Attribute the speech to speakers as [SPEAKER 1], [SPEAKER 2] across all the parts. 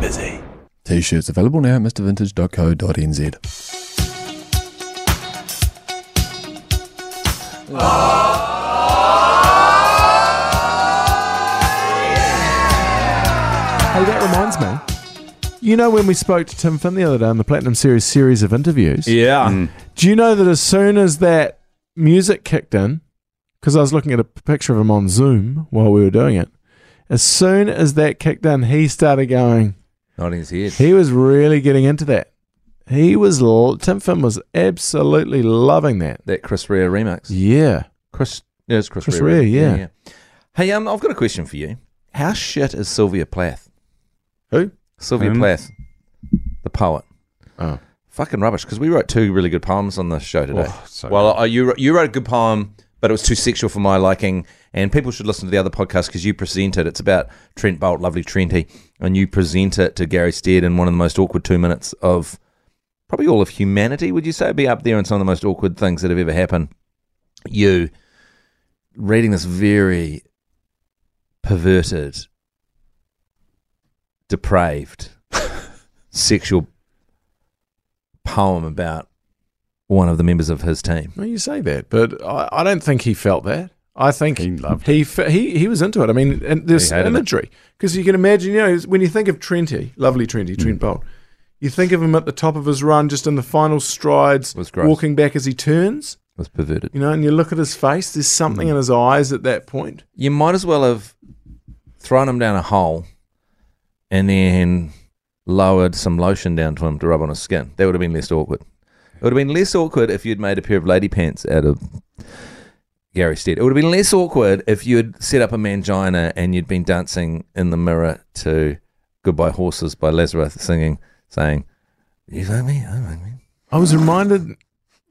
[SPEAKER 1] busy.
[SPEAKER 2] T-shirts available now at mrvintage.co.nz.
[SPEAKER 3] Hey, that reminds me. You know when we spoke to Tim Finn the other day on the Platinum Series series of interviews?
[SPEAKER 4] Yeah.
[SPEAKER 3] Do you know that as soon as that music kicked in, because I was looking at a p- picture of him on Zoom while we were doing it, as soon as that kicked in, he started going.
[SPEAKER 4] Nodding his head.
[SPEAKER 3] He was really getting into that. He was l- Tim Finn was absolutely loving that.
[SPEAKER 4] that Chris Rea remix.
[SPEAKER 3] Yeah.
[SPEAKER 4] Chris, yeah, it's Chris,
[SPEAKER 3] Chris
[SPEAKER 4] Rea.
[SPEAKER 3] Rea, yeah.
[SPEAKER 4] Hey, um, I've got a question for you. How shit is Sylvia Plath?
[SPEAKER 3] Who?
[SPEAKER 4] Sylvia
[SPEAKER 3] Um,
[SPEAKER 5] Whom?
[SPEAKER 4] Plath, the poet.
[SPEAKER 3] Oh.
[SPEAKER 4] Fucking rubbish. Because we wrote two really good poems on the show today.
[SPEAKER 3] Oh, so
[SPEAKER 4] well, uh, you you wrote a good poem, but it was too sexual for my liking. And people should listen to the other podcast because you present it. It's about Trent Bolt, lovely Trenty, and you present it to Gary Stead in one of the most awkward two minutes of probably all of humanity. Would you say It'd be up there in some of the most awkward things that have ever happened? You reading this very perverted, depraved, sexual poem about one of the members of his team.
[SPEAKER 3] Well, you say that, but I, I don't think he felt that. I think
[SPEAKER 5] He loved
[SPEAKER 3] he, fe- he he was into it. I mean, and there's
[SPEAKER 4] He hated it.
[SPEAKER 3] imagery because you can imagine. You know, when you think of Trenty, lovely Trenty, Trent Bolt, you think of him at the top of his run, just in the final strides,
[SPEAKER 4] Was gross.
[SPEAKER 3] walking back as he turns.
[SPEAKER 4] was perverted.
[SPEAKER 3] You know, and you look at his face. There's something in his eyes at that point.
[SPEAKER 4] You might as well have thrown him down a hole and then lowered some lotion down to him to rub on his skin. That would have been less awkward. It would have been less awkward if you'd made a pair of lady pants out of Gary Stead. It would have been less awkward if you'd set up a mangina and you'd been dancing in the mirror to Goodbye Horses by Lazarus singing, saying, You like me? I like me.
[SPEAKER 3] I was reminded.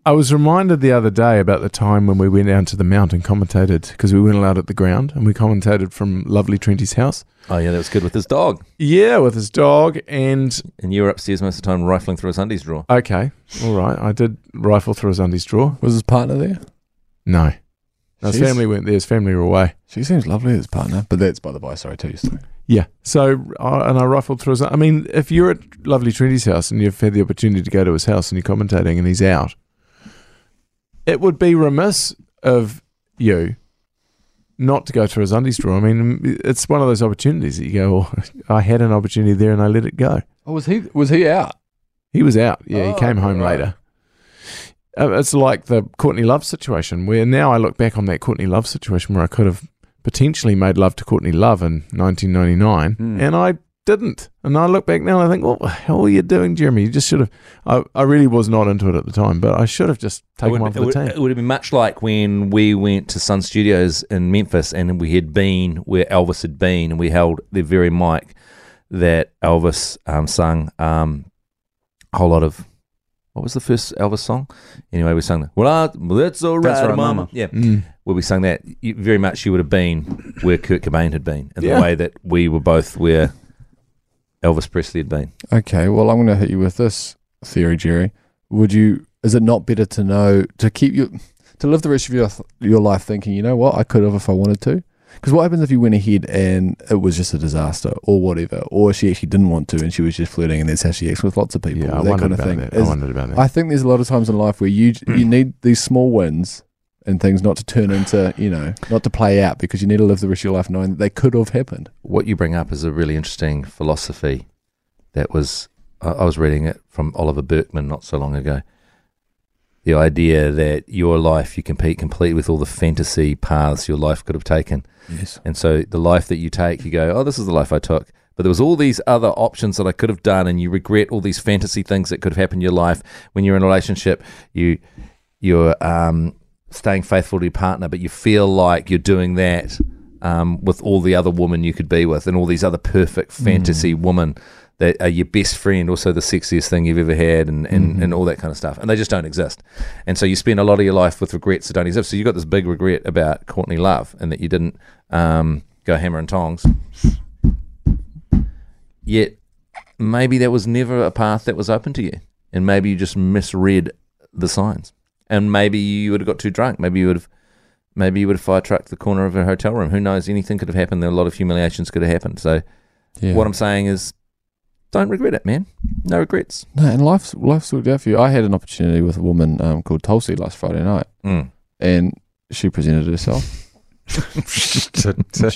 [SPEAKER 3] I was reminded the other day about the time when we went down to the mount and commentated because we weren't allowed at the ground and we commentated from lovely Trenty's house.
[SPEAKER 4] Oh, yeah, that was good with his dog.
[SPEAKER 3] Yeah, with his dog and
[SPEAKER 4] And you were upstairs most of the time rifling through his undies drawer.
[SPEAKER 3] Okay, all right. I did rifle through his undies drawer.
[SPEAKER 2] Was his partner there?
[SPEAKER 3] No, No, his
[SPEAKER 2] Jeez.
[SPEAKER 3] family weren't there. His family were away.
[SPEAKER 2] She seems lovely, his partner. But that's by the by. Sorry, too. So.
[SPEAKER 3] Yeah. So, I and I rifled through his. I mean, if you're at lovely Trinity's house and you've had the opportunity to go to his house and you're commentating and he's out, it would be remiss of you not to go through his undies drawer. I mean, it's one of those opportunities that you go, oh, I had an opportunity there and I let it go.
[SPEAKER 2] Oh, was he? Was he out?
[SPEAKER 3] He was out. Yeah,
[SPEAKER 2] Oh,
[SPEAKER 3] he came home
[SPEAKER 2] right.
[SPEAKER 3] later. Uh, It's like the Courtney Love situation, where now I look back on that Courtney Love situation where I could have potentially made love to Courtney Love in 1999,
[SPEAKER 2] Hmm.
[SPEAKER 3] and I didn't. And I look back now and I think, what the hell were you doing, Jeremy? You just should have. I, I really was not into it at the time, but I should have just
[SPEAKER 4] It
[SPEAKER 3] taken
[SPEAKER 4] would,
[SPEAKER 3] one
[SPEAKER 4] it,
[SPEAKER 3] for the
[SPEAKER 4] would,
[SPEAKER 3] team.
[SPEAKER 4] it would have been much like when we went to Sun Studios in Memphis and we had been where Elvis had been and we held the very mic that Elvis um, sung um, a whole lot of. What was the first Elvis song? Anyway, we sung that. Well, I, well, that's all right,
[SPEAKER 5] That's All Right,
[SPEAKER 4] mama.
[SPEAKER 5] Mama.
[SPEAKER 4] Yeah,
[SPEAKER 3] Mm.
[SPEAKER 4] where we sung that, you, very much you would have been where Kurt Cobain had been in
[SPEAKER 3] Yeah.
[SPEAKER 4] the way that we were both where Elvis Presley had been.
[SPEAKER 2] Okay. Well, I'm going to hit you with this theory, Jerry. Would you? Is it not better to know to keep your to live the rest of your your life thinking, you know what, I could have if I wanted to? Because what happens if you went ahead and it was just a disaster or whatever, or she actually didn't want to and she was just flirting and that's how she acts with lots of people,
[SPEAKER 3] Yeah, I
[SPEAKER 2] that
[SPEAKER 3] wondered
[SPEAKER 2] kind of
[SPEAKER 3] about
[SPEAKER 2] thing.
[SPEAKER 3] that. I
[SPEAKER 2] Is-
[SPEAKER 3] wondered about that.
[SPEAKER 2] I think there's a lot of times in life where you you need these small wins and things not to turn into you know not to play out because you need to live the rest of your life knowing that they could have happened.
[SPEAKER 4] what you bring up is a really interesting philosophy that was I I was reading it from Oliver Berkman not so long ago. The idea that your life you compete complete with all the fantasy paths your life could have taken.
[SPEAKER 2] Yes.
[SPEAKER 4] And so the life that you take, you go, Oh, this is the life I took. But there was all these other options that I could have done and you regret all these fantasy things that could have happened in your life. When you're in a relationship, you you're um, staying faithful to your partner, but you feel like you're doing that um, with all the other women you could be with and all these other perfect fantasy women that are your best friend, also the sexiest thing you've ever had, and, and, and all that kind of stuff. And they just don't exist. And so you spend a lot of your life with regrets that don't exist. So you've got this big regret about Courtney Love and that you didn't um, go hammer and tongs. Yet maybe that was never a path that was open to you. And maybe you just misread the signs. And maybe you would have got too drunk. Maybe you would have maybe you would have fire trucked the corner of a hotel room. Who knows? Anything could have happened. There a lot of humiliations could have happened. So
[SPEAKER 2] Yeah.
[SPEAKER 4] what I'm saying is Don't regret it, man. No regrets.
[SPEAKER 2] No, and life's life's worked out for you. I had an opportunity with a woman um, called Tulsi last Friday night,
[SPEAKER 4] Mm.
[SPEAKER 2] and she presented herself
[SPEAKER 3] Did she?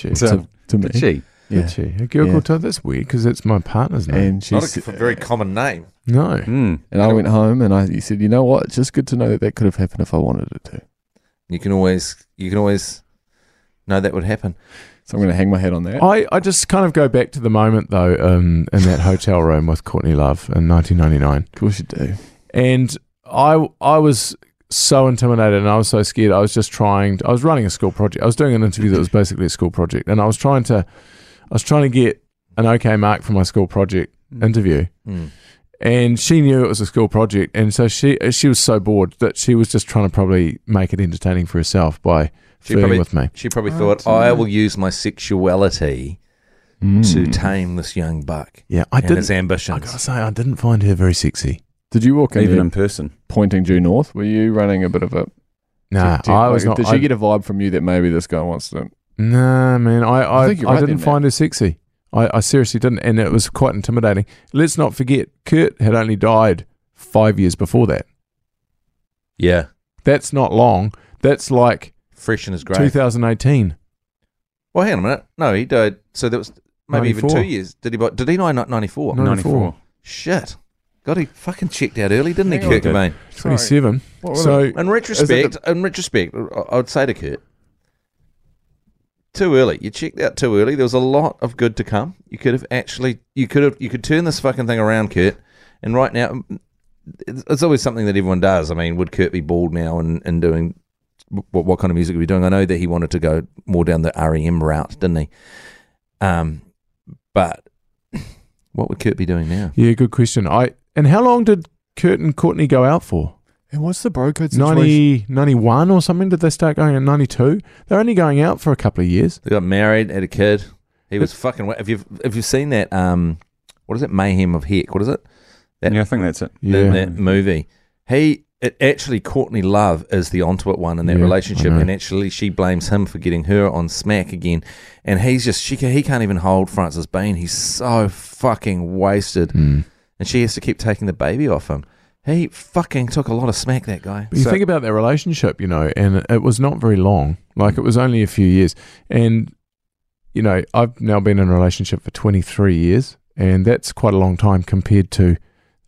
[SPEAKER 2] to, to me.
[SPEAKER 1] Did she?
[SPEAKER 2] Yeah.
[SPEAKER 3] Did she? A girl
[SPEAKER 2] Yeah.
[SPEAKER 3] called Tulsi? That's weird because that's my partner's name.
[SPEAKER 2] And she
[SPEAKER 4] Not
[SPEAKER 2] s-
[SPEAKER 4] a, very common name.
[SPEAKER 3] No.
[SPEAKER 1] Mm.
[SPEAKER 2] uh, and I went home and I said, you know what? It's just good to know that that could have happened if I wanted it to.
[SPEAKER 4] You can always you can always know that would happen.
[SPEAKER 2] So I'm going to hang my head on that.
[SPEAKER 3] I, I just kind of go back to the moment though um, in that hotel room with Courtney Love in 1999,
[SPEAKER 2] Of course you do.
[SPEAKER 3] and I I was so intimidated and I was so scared. I was just trying. I was running a school project. I was doing an interview that was basically a school project, and I was trying to I was trying to get an okay mark for my school project interview.
[SPEAKER 4] Mm.
[SPEAKER 3] And she knew it was a school project, and so she she was so bored that she was just trying to probably make it entertaining for herself by
[SPEAKER 4] She
[SPEAKER 3] flirting
[SPEAKER 4] probably-
[SPEAKER 3] with me.
[SPEAKER 4] She probably
[SPEAKER 3] Oh,
[SPEAKER 4] thought,
[SPEAKER 3] that's nice.
[SPEAKER 4] I will use my sexuality
[SPEAKER 1] Mm.
[SPEAKER 4] to
[SPEAKER 2] Hmm.
[SPEAKER 4] tame this young buck
[SPEAKER 3] Yeah, I
[SPEAKER 4] and his
[SPEAKER 3] didn't. I
[SPEAKER 4] ambitions.
[SPEAKER 3] gotta say, I didn't find her very sexy.
[SPEAKER 2] Did you walk in
[SPEAKER 1] Even
[SPEAKER 2] there
[SPEAKER 1] in person.
[SPEAKER 2] pointing due north? Were you running a bit of a?
[SPEAKER 3] Nah,
[SPEAKER 2] did- did-
[SPEAKER 3] I was
[SPEAKER 2] like,
[SPEAKER 3] not.
[SPEAKER 2] Did
[SPEAKER 3] I-
[SPEAKER 2] she get a vibe from you that maybe this guy wants to?
[SPEAKER 3] Nah, man, I I,
[SPEAKER 2] I
[SPEAKER 3] I,
[SPEAKER 2] think you're right
[SPEAKER 3] didn't
[SPEAKER 2] then,
[SPEAKER 3] find her sexy. I, I seriously didn't, and it was quite intimidating. Let's not forget, Kurt had only died five years before that.
[SPEAKER 4] yeah.
[SPEAKER 3] That's not long. That's like
[SPEAKER 4] Fresh in his grave.
[SPEAKER 3] 2018.
[SPEAKER 4] Well, hang on a minute. No, he died. So there was maybe even
[SPEAKER 3] 94.
[SPEAKER 4] two years. Did he? buy- Did he die in ni- 94?
[SPEAKER 3] No. 94.
[SPEAKER 4] Shit. God, he fucking checked out early, didn't he,
[SPEAKER 2] Hang on.
[SPEAKER 4] Kurt Cobain?
[SPEAKER 3] 27.
[SPEAKER 2] What were
[SPEAKER 3] So
[SPEAKER 2] they-
[SPEAKER 4] In retrospect, in retrospect, I- I would say to Kurt, too early. You checked out too early. There was a lot of good to come. You could have actually, you could have, you could turn this fucking thing around, Kurt. And right now, mm, it's it's always something that everyone does. I mean, would Kurt be bald now and, and doing what, what kind of music would he be doing? I know that he wanted to go more down the REM route, didn't he? Um, but what would Kurt be doing now?
[SPEAKER 3] yeah, good question. I and how long did Kurt and Courtney go out for?
[SPEAKER 2] and what's the bro code situation?
[SPEAKER 3] 90, 91 or something? Did they start going in 92? They're only going out for a couple of years.
[SPEAKER 4] They got married, had a kid. He was fucking. wa- If you've if you've seen that, um, what is it? Mayhem of Heck. What is it? That-
[SPEAKER 1] Yeah, I think that's it.
[SPEAKER 4] That-
[SPEAKER 3] Yeah.
[SPEAKER 4] That, movie. He it actually Courtney Love is the onto it one in that
[SPEAKER 3] Yeah,
[SPEAKER 4] relationship,
[SPEAKER 3] I know.
[SPEAKER 4] and actually she blames him for getting her on smack again, and he's just she ca- he can't even hold Francis Bean. He's so fucking wasted,
[SPEAKER 3] Hmm.
[SPEAKER 4] and she has to keep taking the baby off him. He fucking took a lot of smack. That guy.
[SPEAKER 3] But you
[SPEAKER 1] So-
[SPEAKER 3] think about their relationship, you know, and it was not very long. Like it was only a few years. And, you know, I've now been in a relationship for 23 years, and that's quite a long time compared to.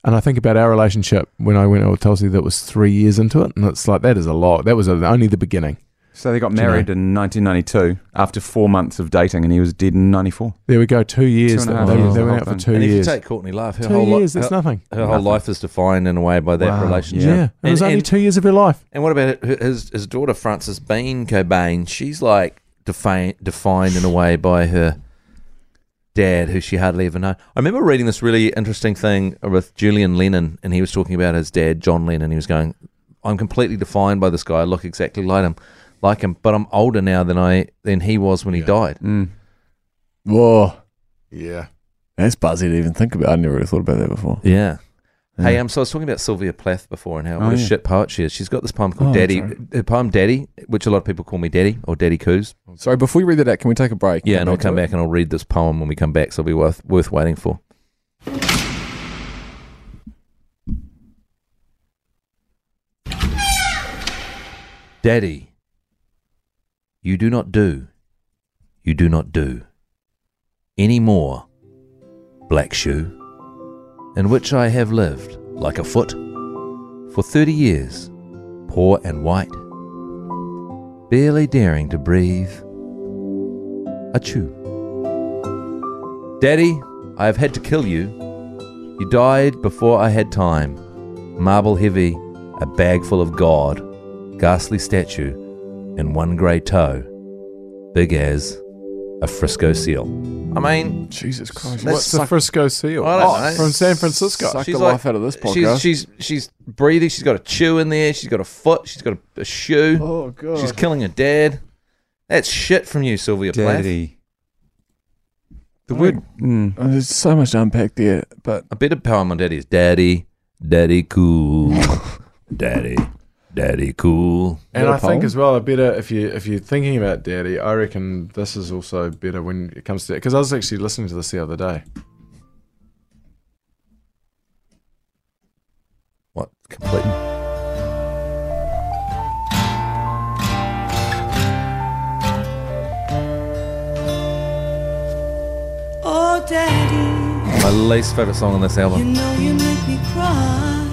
[SPEAKER 3] And I think about our relationship when I went out with Tulsi, that was three years into it. And it's like, that is a lot. That was a, only the beginning.
[SPEAKER 1] So they got
[SPEAKER 3] Do you
[SPEAKER 1] married in 1992 after four months of dating, and he was dead in 94.
[SPEAKER 3] There we go, two years.
[SPEAKER 1] Two and a half
[SPEAKER 3] they,
[SPEAKER 2] years,
[SPEAKER 3] they
[SPEAKER 1] the
[SPEAKER 3] went
[SPEAKER 1] whole
[SPEAKER 3] out for
[SPEAKER 1] thing.
[SPEAKER 3] two
[SPEAKER 4] and if
[SPEAKER 3] years.
[SPEAKER 4] you take Courtney Love, her
[SPEAKER 3] two
[SPEAKER 4] whole
[SPEAKER 3] years,
[SPEAKER 4] life, her,
[SPEAKER 3] that's nothing.
[SPEAKER 4] her whole
[SPEAKER 1] nothing.
[SPEAKER 4] life is defined in a way by that
[SPEAKER 1] Wow.
[SPEAKER 4] relationship.
[SPEAKER 3] Yeah.
[SPEAKER 1] Yeah.
[SPEAKER 3] It was
[SPEAKER 4] And-
[SPEAKER 3] only
[SPEAKER 4] and-
[SPEAKER 3] two years of her life.
[SPEAKER 4] And what about her- his his daughter Frances Bean Cobain? She's like defi- defined in a way by her dad, who she hardly ever know. I remember reading this really interesting thing with Julian Lennon, and he was talking about his dad, John Lennon. He was going, "I'm completely defined by this guy. I look exactly like him, like him, but I'm older now than I than he was when he
[SPEAKER 3] Yeah.
[SPEAKER 4] died."
[SPEAKER 1] Mm.
[SPEAKER 2] Whoa,
[SPEAKER 3] Yeah.
[SPEAKER 2] that's buzzy to even think about. I never really thought about that before.
[SPEAKER 4] Yeah. Hey,
[SPEAKER 2] Yeah.
[SPEAKER 4] um, so I was talking about Sylvia Plath before and how
[SPEAKER 1] Oh,
[SPEAKER 4] what a
[SPEAKER 1] yeah.
[SPEAKER 4] shit poet she is. She's got this poem called
[SPEAKER 2] Oh,
[SPEAKER 4] Daddy,
[SPEAKER 2] that's
[SPEAKER 4] her poem Daddy, which a lot of people call me Daddy or Daddy Coos.
[SPEAKER 2] Sorry, before we read that out, can we take a break?
[SPEAKER 4] Yeah, and I'll come
[SPEAKER 2] to it?
[SPEAKER 4] back and I'll read this poem when we come back, so it'll be worth worth waiting for. Daddy, you do not do, you do not do any more, black shoe, in which I have lived like a foot for 30 years, poor and white, barely daring to breathe Achoo. Daddy, I have had to kill you. You died before I had time. Marble heavy, a bag full of God, ghastly statue, and one grey toe, big as a Frisco seal. I mean,
[SPEAKER 2] Jesus Christ,
[SPEAKER 4] Let's
[SPEAKER 2] what Oh,
[SPEAKER 3] What's the
[SPEAKER 2] suck-
[SPEAKER 3] Frisco seal? Oh,
[SPEAKER 4] I don't know.
[SPEAKER 3] from San Francisco.
[SPEAKER 2] Suck
[SPEAKER 4] She's
[SPEAKER 2] the
[SPEAKER 4] like-
[SPEAKER 2] life out of this podcast.
[SPEAKER 4] she's she's she's breathing. She's got a chew in there. She's got a foot. She's got a, a shoe.
[SPEAKER 2] oh god,
[SPEAKER 4] She's killing her dad. That's shit from you, Sylvia Plath.
[SPEAKER 1] Daddy. The word. Mm.
[SPEAKER 2] Oh, there's so much to unpack there. But
[SPEAKER 4] A bit of power on daddy's daddy, daddy cool, daddy, daddy cool.
[SPEAKER 3] And
[SPEAKER 2] Got a
[SPEAKER 3] I think
[SPEAKER 2] poem?
[SPEAKER 3] as well, a better if you if you're thinking about daddy, I reckon this is also better when it comes to because I was actually listening to this the other day.
[SPEAKER 4] least favorite song on this
[SPEAKER 5] Oh, You
[SPEAKER 4] album.
[SPEAKER 5] know you make me cry.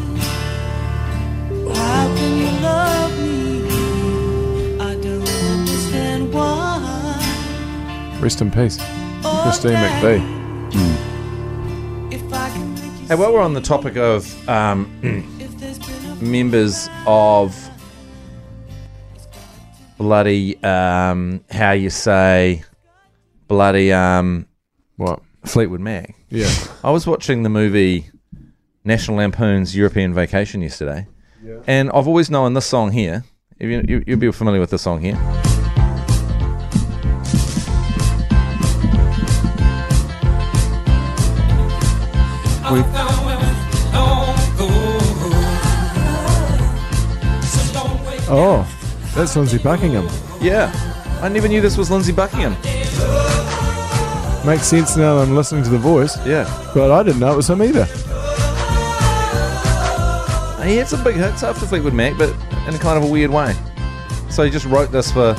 [SPEAKER 5] How can you love me? I don't understand why.
[SPEAKER 3] Rest in peace,
[SPEAKER 5] All
[SPEAKER 3] Christine
[SPEAKER 5] day,
[SPEAKER 3] McVie.
[SPEAKER 5] If I can make you
[SPEAKER 4] Hey, while we're on the topic of um,
[SPEAKER 5] if there's been
[SPEAKER 4] Mm.
[SPEAKER 5] a
[SPEAKER 4] members of bloody, um, how you say, bloody um,
[SPEAKER 3] What?
[SPEAKER 4] Fleetwood Mac.
[SPEAKER 3] Yeah.
[SPEAKER 4] I was watching the movie National Lampoon's European Vacation yesterday, and I've always known this song here. If You, you, you'll be familiar with this song here.
[SPEAKER 3] Oh, that's Lindsay Buckingham.
[SPEAKER 4] Yeah, I never knew this was Lindsay Buckingham.
[SPEAKER 3] Makes sense now that I'm listening to the voice,
[SPEAKER 4] Yeah,
[SPEAKER 3] but I didn't know it was him either.
[SPEAKER 4] he had some big hits after Fleetwood Mac, but in a kind of a weird way. So he just wrote this for.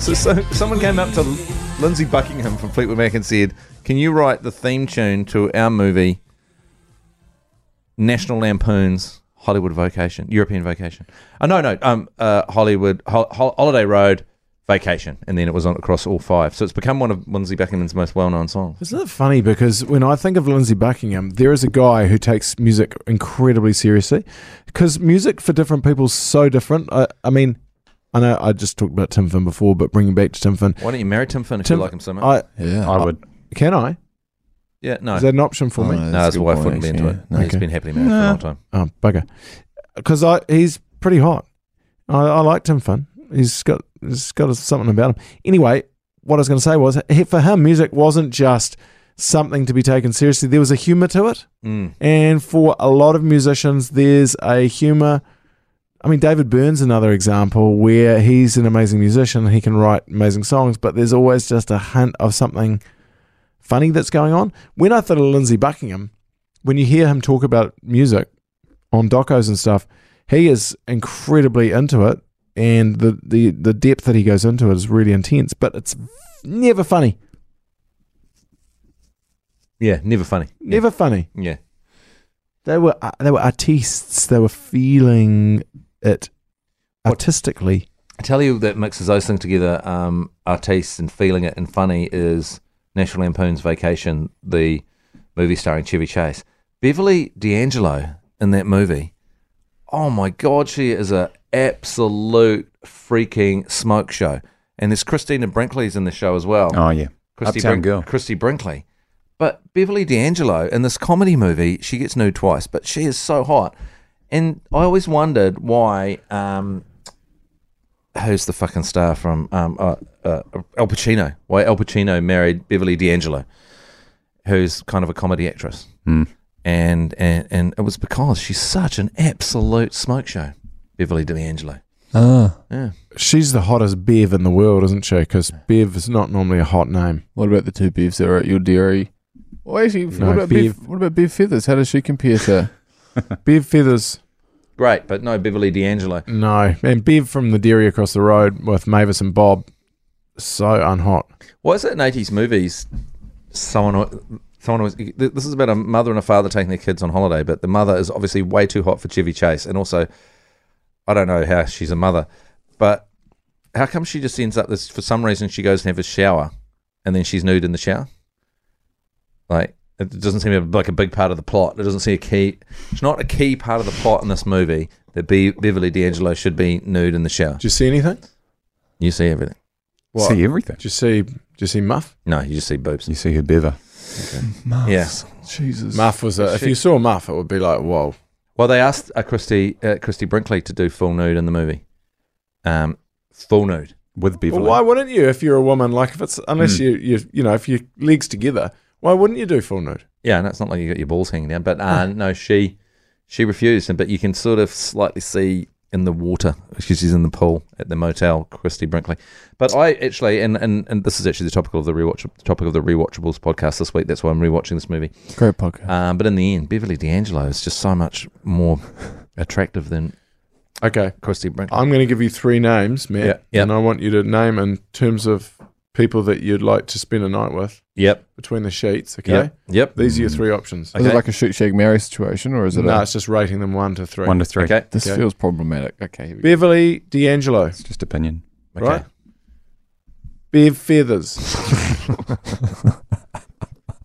[SPEAKER 4] So, so someone came up to Lindsay Buckingham from Fleetwood Mac and said, "Can you write the theme tune to our movie, National Lampoon's Hollywood Vacation, European Vacation? Oh no, no, um, uh, Hollywood Hol- Hol- Holiday Road." Vacation, and then it was on across all five, so it's become one of Lindsay Buckingham's most well-known songs.
[SPEAKER 3] Isn't it funny? Because when I think of Lindsay Buckingham, there is a guy who takes music incredibly seriously. Because music for different people is so different. I, I mean, I know I just talked about Tim Finn before, but bringing back to Tim Finn.
[SPEAKER 4] Why don't you marry Tim Finn if
[SPEAKER 3] Tim,
[SPEAKER 4] you like him so much?
[SPEAKER 3] I,
[SPEAKER 2] Yeah.
[SPEAKER 1] I would.
[SPEAKER 3] can I?
[SPEAKER 4] yeah, no,
[SPEAKER 3] Is that an option for
[SPEAKER 2] Oh,
[SPEAKER 3] me?
[SPEAKER 4] No, his wife wouldn't be into it. He's
[SPEAKER 3] Okay.
[SPEAKER 4] been happily married for a long time.
[SPEAKER 3] Oh, bugger. Because I he's pretty hot. I, I like Tim Finn. He's got he's got something about him. Anyway, what I was going to say was he, for him, music wasn't just something to be taken seriously. There was a humour to it,
[SPEAKER 4] Mm.
[SPEAKER 3] and for a lot of musicians, there's a humour. I mean, David Byrne's another example where he's an amazing musician. He can write amazing songs, but there's always just a hint of something funny that's going on. When I thought of Lindsay Buckingham, when you hear him talk about music on docos and stuff, he is incredibly into it, and the the the depth that he goes into it is really intense. But it's never funny,
[SPEAKER 4] Yeah, never funny.
[SPEAKER 3] never funny.
[SPEAKER 4] Yeah.
[SPEAKER 3] They were uh, they were artists. They were feeling it artistically.
[SPEAKER 4] I tell you that mixes those things together, um, artiste and feeling it and funny is National Lampoon's Vacation, the movie starring Chevy Chase. Beverly D'Angelo in that movie, oh my God, she is a absolute freaking smoke show. And there's Christina Brinkley's in the show as well.
[SPEAKER 1] Oh yeah.
[SPEAKER 4] Christy,
[SPEAKER 1] Uptown
[SPEAKER 4] Brink-
[SPEAKER 1] Girl.
[SPEAKER 4] Christy Brinkley. But Beverly D'Angelo in this comedy movie, she gets nude twice, but she is so hot. And I always wondered why. Um, who's the fucking star from um, uh, uh, Al Pacino? Why Al Pacino married Beverly D'Angelo, who's kind of a comedy actress.
[SPEAKER 1] Mm.
[SPEAKER 4] And, and and it was because she's such an absolute smoke show, Beverly D'Angelo.
[SPEAKER 2] Ah.
[SPEAKER 4] Yeah.
[SPEAKER 3] She's the hottest Bev in the world, isn't she? Because Bev is not normally a hot name.
[SPEAKER 2] What about the two beefs that are at your dairy? Well, actually,
[SPEAKER 3] No,
[SPEAKER 2] what about beef?
[SPEAKER 3] beef-
[SPEAKER 2] What about beef feathers? How does she compare to?
[SPEAKER 3] Bev Feathers,
[SPEAKER 4] Great, but no Beverly D'Angelo.
[SPEAKER 3] no, and Bev from the dairy across the road with Mavis and Bob, so unhot.
[SPEAKER 4] Why is it in eighties movies? Someone, al- someone was. This is about a mother and a father taking their kids on holiday, but the mother is obviously way too hot for Chevy Chase, and also, I don't know how she's a mother, but how come she just ends up this? For some reason, she goes and have a shower, and then she's nude in the shower. Like it doesn't seem to be like a big part of the plot. It doesn't seem a key. It's not a key part of the plot in this movie that Be- Beverly D'Angelo should be nude in the shower.
[SPEAKER 3] Do you see anything?
[SPEAKER 4] You see everything.
[SPEAKER 3] What?
[SPEAKER 1] See everything.
[SPEAKER 3] Do you see? Do you see Muff?
[SPEAKER 4] No, you just see boobs.
[SPEAKER 1] You see her beaver.
[SPEAKER 4] Yeah.
[SPEAKER 2] Jesus.
[SPEAKER 3] Muff was a, if
[SPEAKER 4] Shit.
[SPEAKER 3] you saw Muff, it would be like whoa.
[SPEAKER 4] Well, they asked uh, Christy uh, Christy Brinkley to do full nude in the movie. Um, full nude.
[SPEAKER 1] with beaver.
[SPEAKER 3] Well, why wouldn't you if you're a woman? Like if it's unless you you you know if your legs together, why wouldn't you do full nude?
[SPEAKER 4] Yeah, no, it's not like you got your balls hanging down, but uh, no, she she refused. And but you can sort of slightly see in the water because she's in the pool at the motel, Christy Brinkley. But I actually, and, and, and this is actually the topic of the rewatch topic of the rewatchables podcast this week. That's why I'm rewatching this movie.
[SPEAKER 2] Great podcast.
[SPEAKER 4] Um, but in the end, Beverly D'Angelo is just so much more attractive than
[SPEAKER 3] Okay,
[SPEAKER 4] Christy Brinkley.
[SPEAKER 3] I'm going to give you three names, Matt,
[SPEAKER 4] Yeah, yeah.
[SPEAKER 3] and I want you to name in terms of people that you'd like to spend a night with
[SPEAKER 4] Yep.
[SPEAKER 3] between the sheets. Okay,
[SPEAKER 4] Yep. Yep.
[SPEAKER 3] these are your three options.
[SPEAKER 2] Is
[SPEAKER 4] Mm. Okay.
[SPEAKER 2] it like a shoot, shake, marry situation, or is it?
[SPEAKER 3] no,
[SPEAKER 2] a,
[SPEAKER 3] it's just rating them one to three.
[SPEAKER 1] One to three.
[SPEAKER 4] Okay.
[SPEAKER 2] this
[SPEAKER 3] okay.
[SPEAKER 2] feels problematic. Okay, here we go.
[SPEAKER 3] Beverly D'Angelo,
[SPEAKER 1] It's just opinion.
[SPEAKER 4] Okay.
[SPEAKER 3] right? Bev Feathers,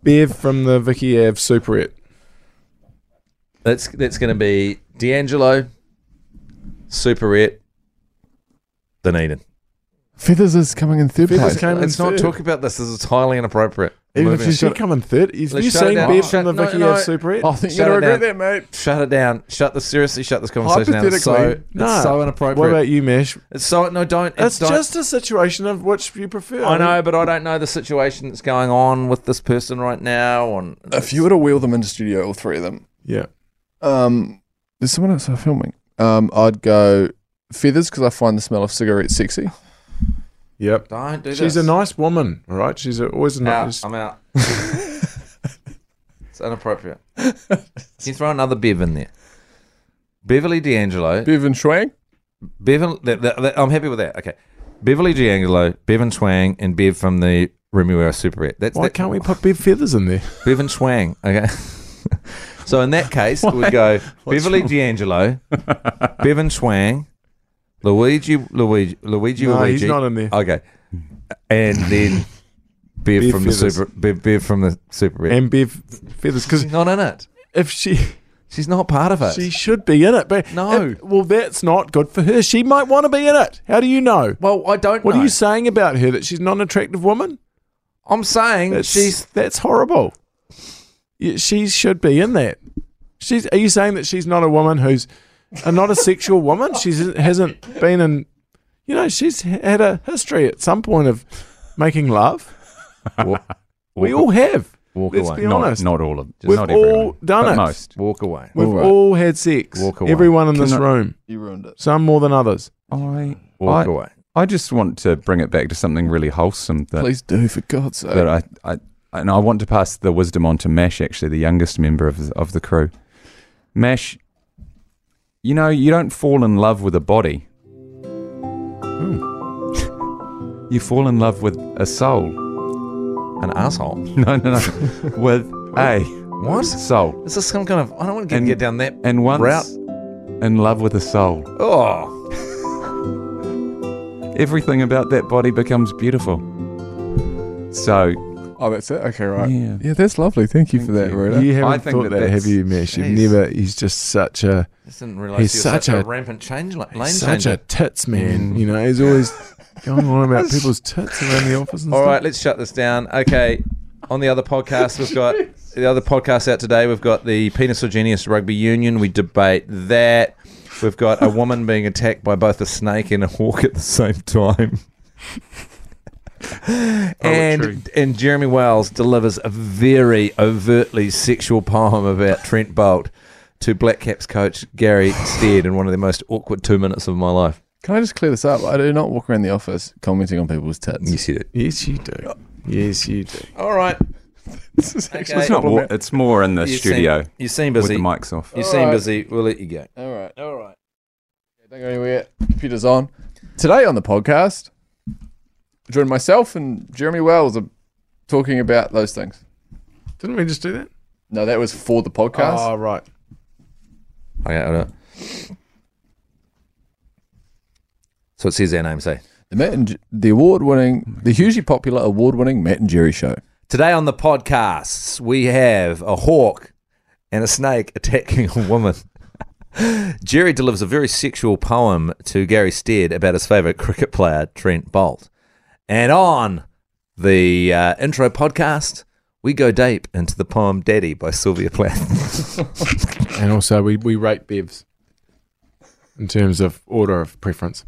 [SPEAKER 3] Bev from the Vicky Av Superette.
[SPEAKER 4] That's that's going to be D'Angelo, Superette, Dunedin.
[SPEAKER 2] Feathers is coming in third
[SPEAKER 3] Feathers
[SPEAKER 2] place.
[SPEAKER 3] came in
[SPEAKER 4] Let's not
[SPEAKER 3] third.
[SPEAKER 4] talk about this. This is highly inappropriate.
[SPEAKER 3] Even if
[SPEAKER 4] Moving
[SPEAKER 3] she's
[SPEAKER 4] on.
[SPEAKER 3] coming third, is
[SPEAKER 4] Let's
[SPEAKER 3] you
[SPEAKER 4] shut it
[SPEAKER 3] saying
[SPEAKER 4] down.
[SPEAKER 3] Bev
[SPEAKER 4] Shut-
[SPEAKER 3] from the
[SPEAKER 4] no,
[SPEAKER 3] Vicky
[SPEAKER 4] no.
[SPEAKER 3] Av Superette?
[SPEAKER 2] Oh, I think
[SPEAKER 4] Shut
[SPEAKER 2] you're gonna
[SPEAKER 4] it
[SPEAKER 2] regret
[SPEAKER 4] down.
[SPEAKER 2] that, mate.
[SPEAKER 4] Shut it down. Shut the seriously. Shut this conversation down. It's so
[SPEAKER 3] Hypothetically,
[SPEAKER 4] it's
[SPEAKER 3] nah.
[SPEAKER 4] so
[SPEAKER 3] What
[SPEAKER 4] inappropriate.
[SPEAKER 3] about you, Mesh?
[SPEAKER 4] it's so no. Don't.
[SPEAKER 3] It's
[SPEAKER 4] It's, don't,
[SPEAKER 3] just a situation of which you prefer.
[SPEAKER 4] I know, but I don't know the situation that's going on with this person right now. And
[SPEAKER 2] If you were to wheel them into studio, all three of them,
[SPEAKER 3] Yeah.
[SPEAKER 2] Um, there's someone else I'm filming. Um, I'd go feathers because I find the smell of cigarettes sexy.
[SPEAKER 3] Yep.
[SPEAKER 4] don't do this. Um,
[SPEAKER 3] She's a nice woman, all right? She's a, always a
[SPEAKER 4] Out.
[SPEAKER 3] nice.
[SPEAKER 4] I'm out. it's inappropriate. Can you throw another Bev in there? Beverly D'Angelo.
[SPEAKER 2] Bevan Schwang.
[SPEAKER 4] Bevan, that, that, that, I'm happy with that. Okay. Beverly D'Angelo, Bevan Twang, and Bev from the Remuera Superette. That's
[SPEAKER 3] Why
[SPEAKER 4] that,
[SPEAKER 3] can't we put Bev Feathers in there?
[SPEAKER 4] Bevan Twang. Okay. so in that case, it
[SPEAKER 3] Why?
[SPEAKER 4] would go
[SPEAKER 3] What's
[SPEAKER 4] Beverly D'Angelo, Bevan Twang, Luigi, Luigi, Luigi,
[SPEAKER 3] no,
[SPEAKER 4] Luigi.
[SPEAKER 3] he's not in there.
[SPEAKER 4] Okay. And then Bev,
[SPEAKER 3] Bev
[SPEAKER 4] from the
[SPEAKER 3] Feathers.
[SPEAKER 4] super Bev, Bev from the Superette.
[SPEAKER 3] And Bev Feathers, because
[SPEAKER 4] She's not in it.
[SPEAKER 3] if she
[SPEAKER 4] She's not part of it.
[SPEAKER 3] she should be in it, but
[SPEAKER 4] No.
[SPEAKER 3] if- well, that's not good for her. She might want to be in it. How do you know?
[SPEAKER 4] well, I don't
[SPEAKER 3] What
[SPEAKER 4] know.
[SPEAKER 3] are you saying about her that she's not an attractive woman?
[SPEAKER 4] I'm saying
[SPEAKER 3] That's
[SPEAKER 4] she's
[SPEAKER 3] that's horrible. Yeah, She should be in that. She's. Are you saying that she's not a woman who's, uh, not a sexual woman? She hasn't been in. You know, she's had a history at some point of making love.
[SPEAKER 4] walk,
[SPEAKER 3] We all have.
[SPEAKER 4] walk
[SPEAKER 3] let's
[SPEAKER 4] away.
[SPEAKER 3] be
[SPEAKER 1] Not,
[SPEAKER 3] honest.
[SPEAKER 1] not all of
[SPEAKER 4] We've
[SPEAKER 1] not
[SPEAKER 3] all
[SPEAKER 1] everyone,
[SPEAKER 3] done
[SPEAKER 1] but
[SPEAKER 3] it.
[SPEAKER 1] Most.
[SPEAKER 4] Walk away.
[SPEAKER 3] We've
[SPEAKER 2] All right.
[SPEAKER 3] all had sex.
[SPEAKER 4] Walk away.
[SPEAKER 3] Everyone in this
[SPEAKER 1] Can I-
[SPEAKER 3] room.
[SPEAKER 2] You ruined it.
[SPEAKER 3] Some more than others.
[SPEAKER 1] I,
[SPEAKER 4] Walk
[SPEAKER 1] I,
[SPEAKER 4] away.
[SPEAKER 1] I just want to bring it back to something really wholesome that
[SPEAKER 2] Please do, for God's sake.
[SPEAKER 1] that I, I and I want to pass the wisdom on to Mash, actually, the youngest member of the, of the crew. Mash, you know, you don't fall in love with a body. Hmm. you fall in love with a soul.
[SPEAKER 4] An asshole.
[SPEAKER 1] No, no, no, with a
[SPEAKER 4] What?
[SPEAKER 1] soul.
[SPEAKER 4] Is this some kind of? I don't want to get,
[SPEAKER 1] And-
[SPEAKER 4] get down that.
[SPEAKER 1] And once
[SPEAKER 4] Route.
[SPEAKER 1] in love with a soul,
[SPEAKER 4] Oh,
[SPEAKER 1] everything about that body becomes beautiful. So
[SPEAKER 2] oh, that's it. Okay, right.
[SPEAKER 1] Yeah.
[SPEAKER 2] that's lovely. Thank you
[SPEAKER 1] Thank
[SPEAKER 2] for that,
[SPEAKER 1] you.
[SPEAKER 2] Rita.
[SPEAKER 3] You haven't
[SPEAKER 1] I think
[SPEAKER 3] thought
[SPEAKER 1] that
[SPEAKER 3] that, have
[SPEAKER 1] that's-
[SPEAKER 3] you, Mesh? You've
[SPEAKER 4] Jeez.
[SPEAKER 3] never. He's just such a.
[SPEAKER 4] just didn't realize
[SPEAKER 3] He's
[SPEAKER 4] he was such,
[SPEAKER 3] such
[SPEAKER 4] a,
[SPEAKER 3] a-
[SPEAKER 4] rampant change lane
[SPEAKER 3] He's such
[SPEAKER 4] changer.
[SPEAKER 3] a tits man. You know, he's always going on about people's tits around the office. And
[SPEAKER 4] All
[SPEAKER 3] stuff.
[SPEAKER 4] right, let's shut this down. Okay, on the other podcast, we've got the other podcast out today. We've got the penis or genius rugby union. We debate that. We've got a woman being attacked by both a snake and a hawk at the same time.
[SPEAKER 3] Poetry.
[SPEAKER 4] and and Jeremy Wells delivers a very overtly sexual poem about Trent Bolt to Black Caps coach Gary Stead in one of the most awkward two minutes of my life.
[SPEAKER 2] Can I just clear this up? I do not walk around the office commenting on people's tits.
[SPEAKER 4] You said it.
[SPEAKER 3] Yes, you do. Yes, you do.
[SPEAKER 4] All right.
[SPEAKER 2] this is actually
[SPEAKER 4] Okay.
[SPEAKER 1] it's not. wa- It's more in the
[SPEAKER 4] You seem-
[SPEAKER 1] studio
[SPEAKER 4] You seem
[SPEAKER 1] with the
[SPEAKER 4] busy.
[SPEAKER 1] mics off.
[SPEAKER 4] You seem
[SPEAKER 2] Alright.
[SPEAKER 4] busy. We'll let you go.
[SPEAKER 2] All right.
[SPEAKER 4] All right.
[SPEAKER 2] Don't go anywhere. Computer's on. Today on the podcast, join myself and Jeremy Wells are talking about those things.
[SPEAKER 3] Didn't we just do that?
[SPEAKER 2] No, that Ah, was for the podcast.
[SPEAKER 3] Oh, right.
[SPEAKER 4] Okay, hold on. So it says our names, eh?
[SPEAKER 2] The Matt and J- the award-winning, the hugely popular award-winning Matt and Jerry show.
[SPEAKER 4] Today on the podcasts, we have a hawk and a snake attacking a woman. Jerry delivers a very sexual poem to Gary Stead about his favourite cricket player, Trent Bolt. And on the uh, intro podcast, we go deep into the poem Daddy by Sylvia Plath.
[SPEAKER 3] And also, we, we rate bevs in terms of order of preference.